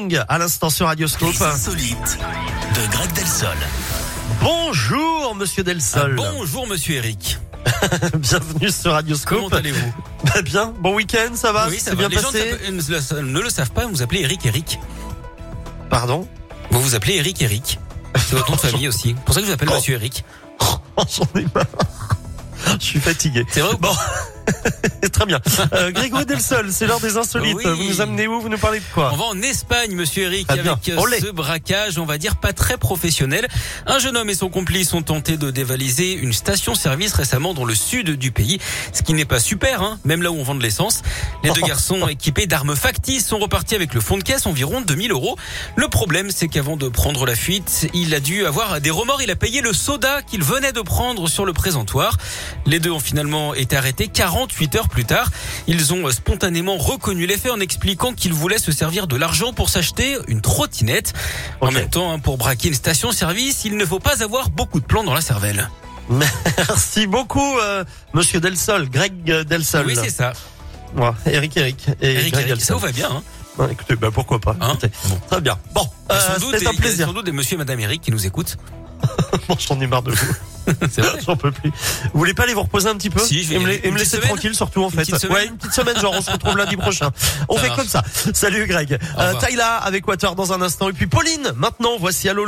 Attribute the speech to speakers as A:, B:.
A: Young à l'instant sur Radioscope.
B: Les insolites de Greg Delsol.
A: Bonjour Monsieur
B: Ah
A: Delsol.
B: Bonjour Monsieur Eric.
A: Bienvenue sur
B: Comment
A: Radioscope.
B: allez-vous
A: Bah bien, bon week-end, ça va Ah,
B: Oui,
A: C'est
B: ça va.
A: bien
B: Les gens
A: passé
B: ne savent- ne le savent pas, vous vous appelez Eric Eric.
A: Pardon
B: Vous vous appelez Eric Eric. C'est votre nom de famille aussi. C'est pour ça que je vous appelle Monsieur Eric.
A: J'en ai marre. Je suis fatigué.
B: C'est vrai ou pas
A: Très bien. Euh, Grégory Delsol, c'est l'heure des insolites.
B: Oui.
A: Vous nous amenez où Vous nous parlez de
B: On
A: quoi
B: va en Espagne, monsieur Eric,
A: Ah bien.
B: avec euh,
A: Olé.
B: ce braquage, on va dire pas très professionnel. Un jeune homme et son complice ont tenté de dévaliser une station-service récemment dans le sud du pays, ce qui n'est pas super, hein, même là où on vend de l'essence. Les deux garçons équipés d'armes factices sont repartis avec le fond de caisse, environ 2000 euros. Le problème, c'est qu'avant de prendre la fuite, il a dû avoir des remords. Il a payé le soda qu'il venait de prendre sur le présentoir. Les deux ont finalement été arrêtés 48 heures plus tard. Ils ont euh, spontanément reconnu les faits en expliquant qu'ils voulaient se servir de l'argent pour s'acheter une trottinette. En
A: Ok.
B: même temps, hein, pour braquer une station-service, il ne faut pas avoir beaucoup de plans dans la cervelle.
A: Merci beaucoup euh, Monsieur Delsol, Greg euh, Delsol.
B: Oui, c'est ça.
A: Moi, Eric Eric et
B: Eric,
A: Greg
B: Eric, ça
A: Delsol.
B: vous va bien. Hein
A: Ouais, écoutez, bah pourquoi pas
B: Hein
A: Écoutez,
B: Bon.
A: Très bien. Bon,
B: Il y a
A: euh,
B: sans doute
A: c'est
B: des-
A: un
B: Il y a
A: plaisir.
B: sans doute des monsieur et madame Eric qui nous écoutent.
A: Bon, J'en ai marre de vous.
B: C'est vrai.
A: J'en peux plus. Vous voulez pas aller vous reposer un petit peu
B: Si, je vais
A: et
B: y
A: me, la-
B: aller.
A: et me
B: Une petite
A: laisser
B: semaine
A: tranquille surtout en fait.
B: petite semaine
A: ouais, une petite semaine genre on se retrouve lundi prochain. On
B: Ça
A: fait
B: marche.
A: comme ça. Salut Greg.
B: Au
A: Euh,
B: revoir.
A: Tayla avec Water dans un instant et puis Pauline. Maintenant voici Allo